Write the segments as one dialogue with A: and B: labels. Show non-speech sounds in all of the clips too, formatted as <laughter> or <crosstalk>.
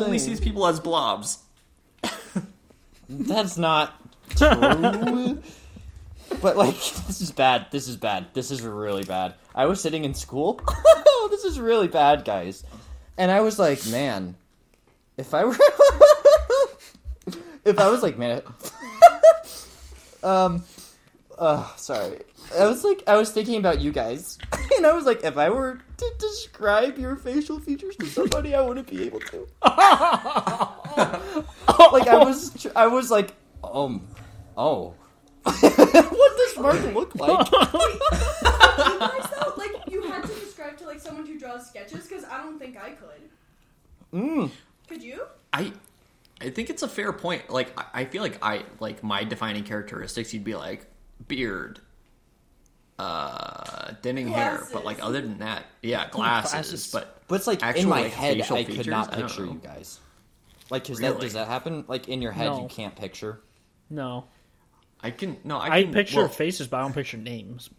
A: only sees people as blobs.
B: That's not true. but like, this is bad. This is bad. This is really bad. I was sitting in school. <laughs> Oh, this is really bad, guys. And I was like, man, if I <laughs> were, if I was like, man, <laughs> um, uh, sorry. I was like, I was thinking about you guys, <laughs> and I was like, if I were to describe your facial features to somebody, I wouldn't be able to. like I was, tr- I was like, um, oh, <laughs> what does Mark look like?
C: You guys though, like you had to describe to like someone who draws sketches because I don't think I could.
B: Mm.
C: Could you?
A: I I think it's a fair point. Like I- I feel like I like my defining characteristics. You'd be like beard, uh, thinning hair, but like
C: Glasses.
A: other than that, yeah, glasses.
B: Glasses.
A: But
B: But it's like in
A: actual,
B: my
A: like,
B: head,
A: facial
B: I could not
A: features? I don't
B: picture
A: know.
B: you guys. Like, does that
A: Really?
B: does that happen? Like in your head,
D: No.
B: you can't picture.
D: No,
A: I can no. I,
D: I
A: can,
D: picture
A: well,
D: faces, but I don't picture names.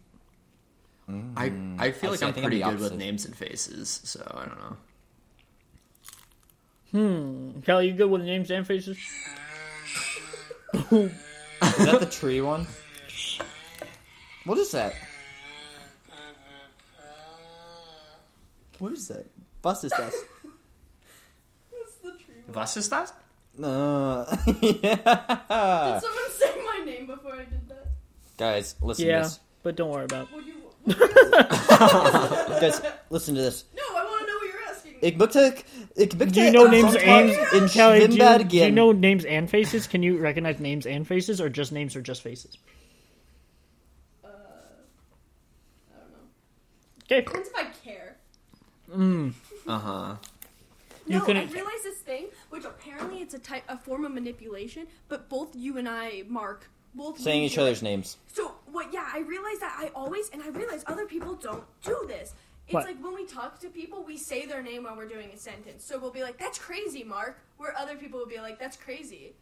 A: I I feel
B: Mm. I
A: like
B: see, I
A: I'm
B: think I'm
A: pretty
B: the
A: good with
B: opposite.
A: names and faces. So I don't know.
D: Kelly, you good with names and faces?
B: Is that the tree one? What is that? What is that? Bus is <laughs> that?
C: That's the tree.
A: Was ist das?
B: No.
C: Did
B: yeah.
C: someone <laughs> say my name before I did that?
B: <laughs> Guys, listen
D: yeah,
B: to this.
D: but don't worry about. it.
C: Would you?
B: Guys, listen to this.
C: No, I want to know what you're asking.
B: Ik bitte, ik bitte
D: Do you know names and
B: Sonntag in
D: Kelly? Do you,
B: Schwimmbad
D: do you
B: gehen.
D: know names and faces? Can you recognize names and faces, or just names or just faces?
C: uh, I don't know.
D: Okay,
C: Depends if I care. <laughs>
A: Uh huh.
D: You
C: no, I
D: couldn't-
C: realized this thing, which apparently it's a type, a form of manipulation. But both you and I, Mark, both we
B: saying each
C: do it.
B: other's names.
C: So what? Yeah, I realize that I always, and I realize other people don't do this. It's
D: What?
C: like when we talk to people, we say their name while we're doing a sentence. So we'll be like, "That's crazy, Mark," where other people will be like, "That's crazy."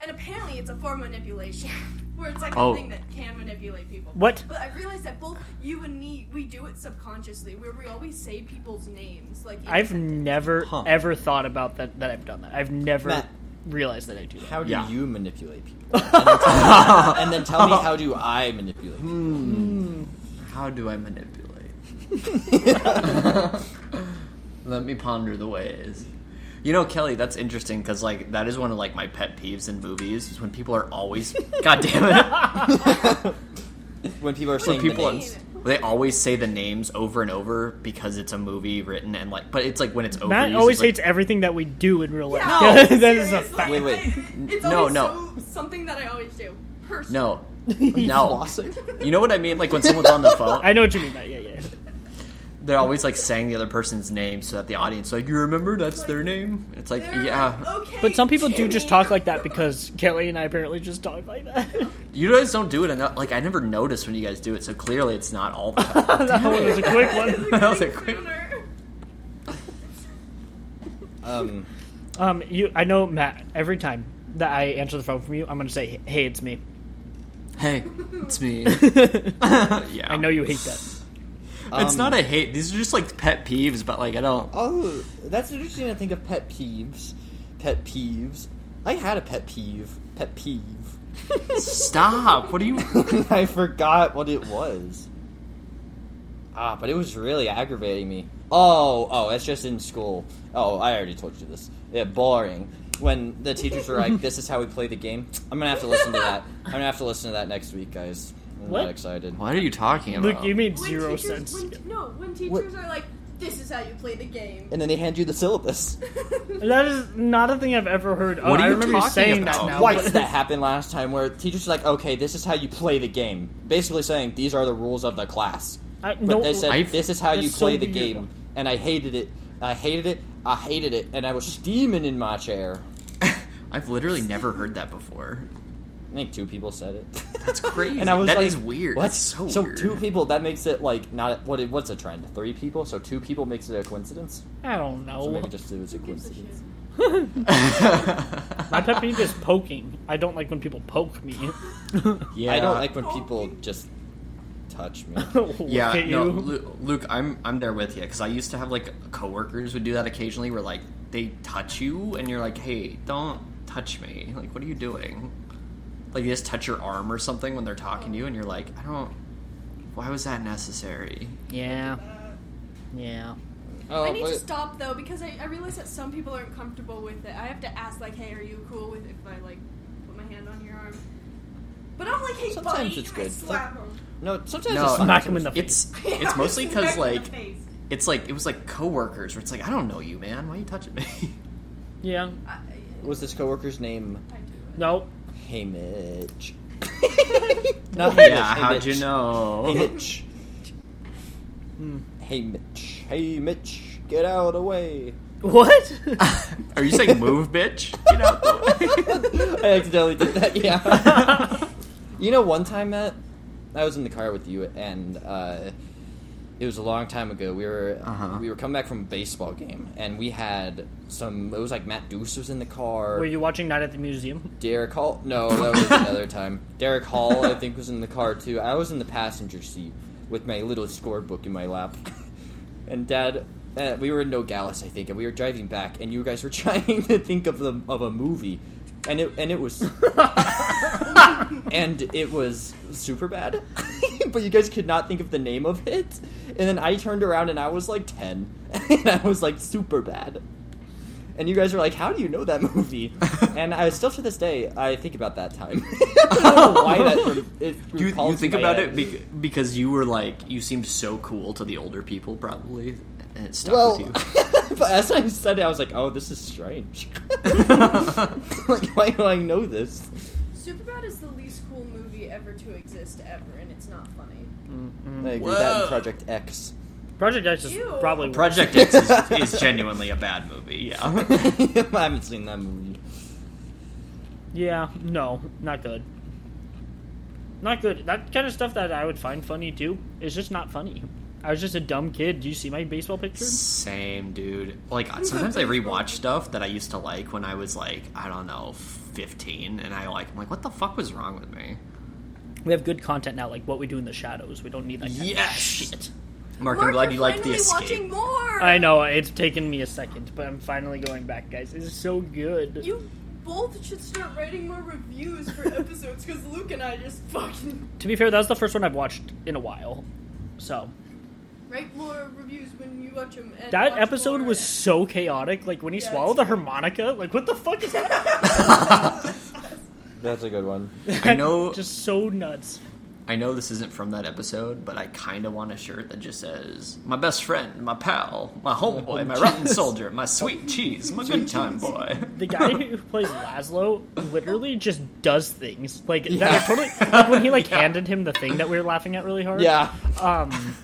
C: And apparently, it's a form of manipulation, <laughs> where it's like
A: Oh.
C: a thing that can manipulate people.
D: What?
C: But I realize that both you and me, we do it subconsciously, where we always say people's names. Like in a
D: I've
C: <laughs> sentence.
D: never
B: Huh.
D: ever thought about that. That I've done that. I've never
B: Matt.
D: realized that I do that.
B: How do
A: Yeah.
B: you manipulate <laughs> people? And then, tell me, and then tell <laughs> me how do I manipulate people?
A: How do I manipulate? Let me ponder the ways. You know, Kelly, that's interesting because like that is one of like my pet peeves in movies is when people are always, god damn it,
B: <laughs> When people are
A: when
B: saying
A: people
B: the
A: are,
B: names.
A: they always say the names over and over because it's a movie written and like, but it's Oh, like when it's over.
D: Matt always hates everything that we do in real life.
C: No,
D: <laughs> that is a
C: seriously,
D: fact.
B: Wait, wait.
C: I- <laughs> It's
A: No,
C: always
A: no.
C: so- something that I always do. Personally.
D: <laughs>
A: no, no.
B: Flossing?
A: You know what I mean? Like when someone's on the phone,
D: <laughs> I know what you mean. Matt. Yeah, yeah.
A: they're always like saying the other person's name so that the audience like you remember that's their name. It's like
C: They're
A: yeah,
C: like, okay,
D: But some people do just
C: Timmy."
D: talk like that because Kelly and I apparently just talk like that. <laughs>
A: You guys don't do it enough. Like I never noticed when you guys do it, so clearly it's not all <laughs> the time.
D: that one was a quick one.
A: <laughs> That was a quick-
C: Sooner.
B: <laughs> Um,
D: Um, you, I know Matt. Every time that I answer the phone from you, I'm gonna say, "Hey, it's
B: <laughs>
D: me."
A: hey, it's me.
D: I
A: <laughs> yeah,
D: know you hate that.
A: It's not a hate. These are just like pet peeves, but like I don't.
B: um, <laughs> oh, that's interesting to think of pet peeves. Pet peeves. I had a pet peeve. Pet peeve. <laughs>
A: Stop. What do you? <laughs>
B: I forgot what it was. Ah, but it was really aggravating me. Oh, oh, that's just in school. Oh, I already told you this. Yeah, boring. When the teachers were like, "This is how we play the game," I'm gonna have to listen to that. I'm gonna have to listen to that next week, guys. I'm
D: What?
B: not excited.
A: What are you talking about?
D: Luke, you made
C: When
D: zero
C: teachers,
D: sense.
C: When, no, when teachers are like, "This is how you play the game."
B: And then they hand you
A: <laughs>
B: the syllabus.
C: <laughs>
D: That is not a thing I've ever heard.
A: What
D: oh,
A: are
D: I
A: you
D: remember you
A: talking
D: saying
A: about?
D: that now.
B: Twice
D: but-
B: that happened last time, where teachers are like, "Okay, this is how you play the game," basically saying these are the rules of the class.
D: I,
B: But
D: no,
B: they said
A: I've-
B: this is how you
D: that's
B: play
D: so
B: the
D: weird.
B: game, and I hated it. I hated it. I hated it, and I was steaming in my chair.
A: <laughs> I've literally never heard that before.
B: I think two people said it,
A: That's crazy.
B: <laughs> and I was
A: That
B: like,
A: is weird.
B: "What?"
A: That's so, weird. <laughs>
B: two people that makes it like not what? It, what's a trend? Three people, so two people makes it a coincidence.
D: I don't know.
A: Oh.
B: So maybe just it was a
C: Who gives a shit?
B: coincidence.
D: My pet peeve is poking. I don't like when people
B: <laughs>
D: poke me. <laughs>
A: yeah,
B: I don't like when people just touch
A: <laughs>
B: me.
A: Yeah,
D: Look at
A: no,
D: you.
A: Lu- Luke, I'm I'm there with you because I used to have like coworkers would do that occasionally, where like they touch you and you're like, "Hey, don't touch me." Like, what are you doing? Like, they just touch your arm or something when they're talking to you, and you're like, "I don't. Why was that necessary?"
D: Yeah. Yeah.
B: Oh,
C: I need to
B: but-
C: stop though because I, I realize that some people aren't comfortable with it. I have to ask like, hey, are you cool with if I like put my hand on your arm? But I'm like, hey,
B: Sometimes
C: buddy,
B: it's
C: I
B: good.
C: slap him. <laughs>
B: no, sometimes
A: No,
B: it's fine.
D: Smack him in the
A: It's <laughs>
D: face.
A: it's mostly
C: Smack
A: because
C: <laughs> him in the
A: like
C: face.
A: it's like it was like coworkers where it's like, "I don't know you, man. Why are you touching me?"
D: Yeah.
C: I,
B: Was this coworker's name
C: I do it.
D: Nope.
B: Hey Mitch?
A: yeah,
B: Not Hey
A: how'd
B: Mitch.
A: you know? <laughs>
B: Hey <laughs> Mitch. Hey Mitch. Hey Mitch. Get out of the way.
D: <laughs>
B: <laughs>
D: What? <laughs>
A: Are you saying move, bitch? Get out the way.
B: I accidentally did that. Yeah.
A: <laughs>
B: you know, one time, Matt, I was in the car with you, and uh, it was a long time ago. We were
A: Uh-huh.
B: we were coming back from a baseball game, and we had some. It was like Matt Deuce was in the car.
D: Were you watching Night at the Museum?
B: Derek Hall? No, that was another time. Derek Hall, I think, was in the car too. I was in the passenger seat with my little scorebook in my lap, <laughs> and Dad. Uh, we were in Nogales, I think, and we were driving back, and you guys were <laughs> trying to think of the of a movie, and it and it was and it was super bad, <laughs> but you guys could not think of the name of it, and then I turned around and I was like ten, <laughs> and I was like super bad. And you guys were like, "How do you know that movie?"
A: <laughs>
B: and I still to this day I think about that time. <laughs> I don't know
A: <laughs>
B: why that it
C: Hmm,
A: Do you,
B: recalls
A: you think
B: my
A: about
B: head.
A: it bec- because you were like you seemed so cool to the older people probably and it stuck
B: well,
A: with
B: <laughs> but as I said it, I was like, "Oh, this is strange. <laughs>
A: you.
B: like, why do I know this?"
C: Superbad is the least cool movie ever to exist ever, and it's not funny.
B: I agree that
A: Whoa.
B: in Project X.
A: <laughs>
D: Project X is
C: Ew.
D: probably worse.
A: Project X is, is genuinely a bad movie. Yeah.
B: I haven't seen that movie.
D: Yeah, no, not good. Not good. That kind of stuff that I would find funny too is just not funny. I was just a dumb kid. Do you see my baseball
A: <laughs>
D: picture?
A: Same, dude. Like sometimes I rewatch stuff that I used to like when I was like I don't know fifteen, and I like I'm like what the fuck was wrong with me?
D: We have good content now, like what we do in the shadows. We don't need that. Kind
A: Yes.
D: of shit.
A: Mark,
C: Mark,
A: I'm glad
C: you're
A: you liked the
C: finally
A: escape.
C: watching more.
D: I know it's taken me a second, but I'm finally going back, guys. It's so good.
C: You both should start writing more reviews for episodes because Luke and I just fucking
D: to be fair, that was the first one I've watched in a while. So
C: write more reviews when you watch them. And
D: that
C: watch
D: episode
C: more.
D: was so chaotic. Like when he
C: Yeah,
D: swallowed
C: it's-
D: the harmonica. Like what the fuck
C: <laughs>
D: is that?
B: That's a good one.
A: I know.
D: <laughs> just so nuts.
A: I know this isn't from that episode, but I kind of want a shirt that just says "My best friend, my pal, my homeboy, my rotten soldier, my sweet cheese, my good time <laughs> boy."
D: The guy who plays Laszlo literally just does things like
B: Yeah.
D: that are totally like when he like handed him the thing that we were laughing at really hard.
B: Yeah.
A: <laughs>
D: Um,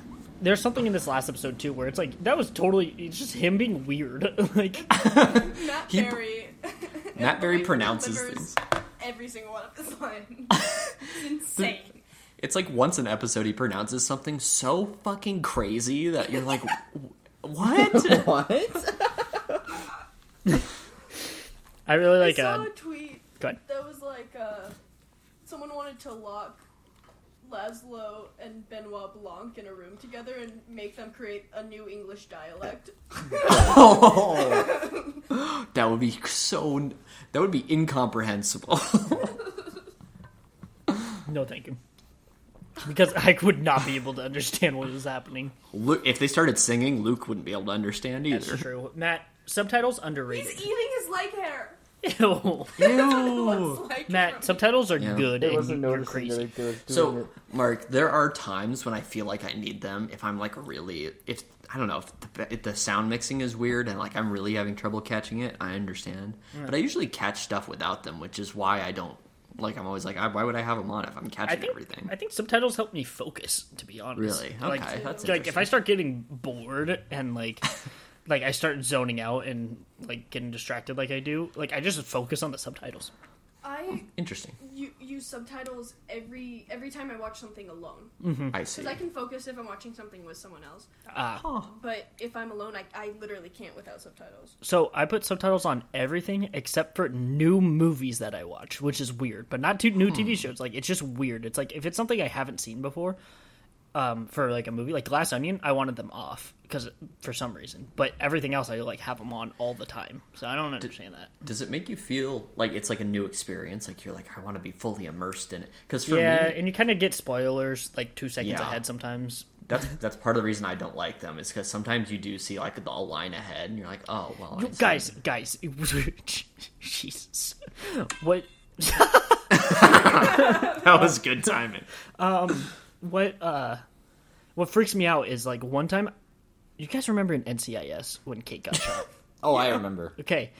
D: there's something in this last episode too where it's like that was totally it's just him being weird. <laughs> like
C: Matt
A: He-
C: Berry. <laughs>
A: Matt Berry pronounces things.
C: delivers every single one of
A: <laughs>
C: his lines. it's insane.
A: It's like once an episode he pronounces something so fucking crazy that you're like, "Wh- "What?"
B: what?
D: I really like
C: I saw
D: uh,
C: a tweet
D: go ahead.
C: that was like uh, someone wanted to lock Laszlo and Benoit Blanc in a room together and make them create a new English dialect.
A: that would be so. That would be incomprehensible. <laughs>
D: No, thank you. Because I would not be able to understand what was happening.
A: Lu if they started singing, Luke wouldn't be able to understand either.
D: That's true. Matt, subtitles
C: He's
D: underrated.
C: eating his leg hair.
D: <laughs> Ew.
A: Ew.
C: Looks like
D: Matt,
C: from-
D: subtitles are
A: Yeah.
D: good
B: It
D: and
B: wasn't
D: you're
B: noticing
D: crazy.
B: that I was doing
A: So,
B: it.
A: Mark, there are times when I feel like I need them if I'm like really if I don't know if the, if the sound mixing is weird and like I'm really having trouble catching it. I understand, but I usually catch stuff without them, which is why I don't like. I'm always like, I, why would I have them on if I'm
D: I
A: catching
D: think
A: everything?
D: I think subtitles help me focus, to be honest.
A: Really?
D: Like,
A: Okay, that's
D: like if
A: interesting.
D: I start getting bored and like <laughs> like I start zoning out and like getting distracted like I do, like I just focus on the subtitles.
C: I
A: Interesting.
C: u- use subtitles every every time I watch something alone
D: Hmm.
A: I see.
C: because I can focus if I'm watching something with someone else.
D: Ah.
C: But if I'm alone, I, I literally can't without subtitles.
D: So I put subtitles on everything except for new movies that I
A: Hmm.
D: watch, which is weird, but not too new TV shows. Like it's just weird. It's like if it's something I haven't seen before, um, for like a movie, like Glass Onion, I wanted them off because for some reason. But everything else, I like have them on all the time, so I don't understand that.
A: Does it make you feel like it's like a new experience? Like you're like, I want to be fully immersed in it. Because for
D: Yeah,
A: me,
D: and you kind of get spoilers like two seconds
A: Yeah.
D: ahead sometimes.
A: that's that's part of the reason I don't like them. Is because sometimes you do see like the line ahead, and you're like, oh well. I
D: You-
A: see.
D: guys, guys, <laughs> Jesus, what?
A: <laughs> that
D: uh,
A: was good timing.
D: what uh what freaks me out is like one time you guys remember in NCIS when Kate got
A: <laughs>
D: shot.
B: Oh, I remember.
D: Okay.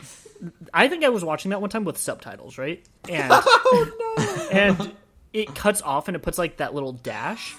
D: I think I was watching that one time with subtitles, right?
A: <laughs>
D: And
A: Oh,
D: and it cuts off and it puts like that little dash.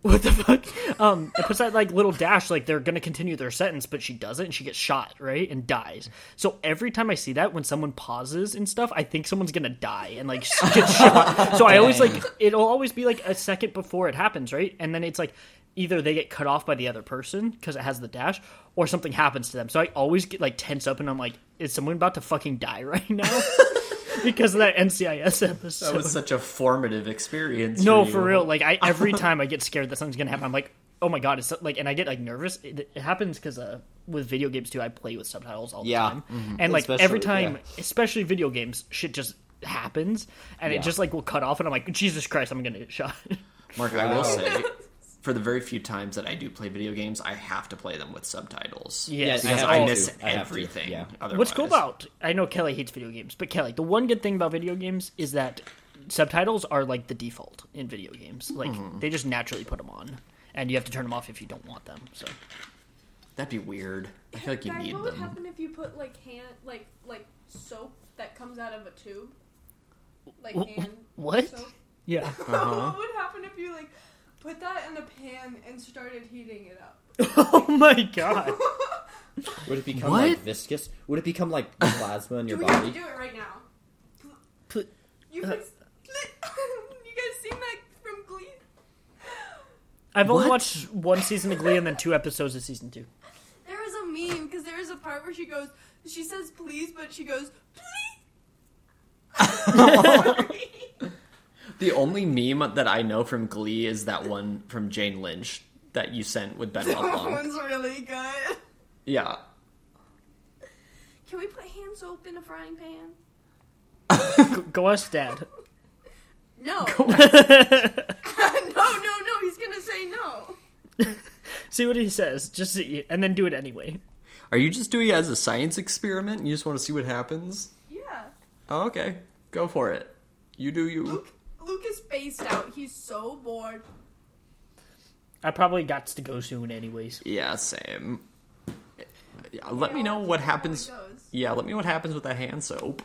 D: What the fuck? Um, it puts that like little dash, like they're gonna continue their sentence, but she doesn't, and she gets shot, right, and dies. So every time I see that, when someone pauses and stuff, I think someone's gonna die and like get shot. So I always like it'll always be like a second before it happens, right, and then it's like either they get cut off by the other person because it has the dash, or something happens to them. So I always get like tense up, and I'm like, is someone about to fucking die right now? <laughs> because of that NCIS episode.
A: That
D: <laughs>
A: was such a formative experience.
D: No,
A: you.
D: for real. Like I
B: <laughs>
D: every time I get scared that something's gonna happen, I'm like, oh my god, it's so- like, and I get like nervous. It, it happens because uh, with video games too, I play with subtitles all
B: Yeah. Mm-hmm.
D: the time, and like
B: Especially,
D: every time,
B: yeah.
D: especially video games, shit just happens, and
B: Yeah.
D: it just like will cut off, and I'm like, Jesus Christ, I'm gonna get shot. <laughs>
A: Mark, I
B: Wow.
A: will <laughs> say, for the very few times that I do play video games, I have to play them with subtitles.
D: Yes.
A: because
D: Yeah,
A: I,
D: I
A: miss
B: have to. I have to,
A: everything.
B: yeah.
A: otherwise.
D: What's cool about I know Kelly hates video games, but Kelly, the one good thing about video games is that subtitles are like the default in video games. Like
B: Mm-hmm.
D: they just naturally put them on, and you have to turn them off if you don't want them. So.
A: That'd be weird. I feel like you
C: Guys,
A: need
C: what would
A: them.
C: happen if you put like hand, like like soap that comes out of a tube, like
D: Wh-
C: hand
D: what?
C: soap? <laughs>
B: <laughs>
D: Yeah.
A: Uh-huh.
C: what would happen if you like put that in a pan and started heating it up?
D: oh my god.
B: Would it become
A: What?
B: like viscous? Would it become like
A: <laughs>
B: plasma in
C: Do
B: your
C: we have to
B: body?
C: do it right now?
D: Pl-
C: You
D: Uh,
C: guys, <laughs> you guys seen that from Glee?
D: I've only
A: What?
D: watched one season of Glee and then two episodes of season two.
C: There was a meme because there was a part where she goes, she says please, but she goes please. <laughs> Sorry.
A: The only meme that I know from Glee is that one from Jane Lynch that you sent with <laughs> Ben
C: that
A: Long.
C: one's really good.
A: Yeah.
C: Can we put hand soap in a frying pan?
D: Go ask dad.
C: No. <laughs> no, no, no. He's gonna say no.
D: See what he says. Just see, and then do it anyway.
A: Are you just doing it as a science experiment? You just want to see what happens?
C: Yeah.
A: Oh, okay. Go for it. You do you.
C: Luke, Luke is spaced out. He's so bored.
D: I probably got to go soon, anyways.
A: Yeah, same. Yeah, let me know what happens.
C: How it goes.
A: Yeah, let me know what happens with that hand soap.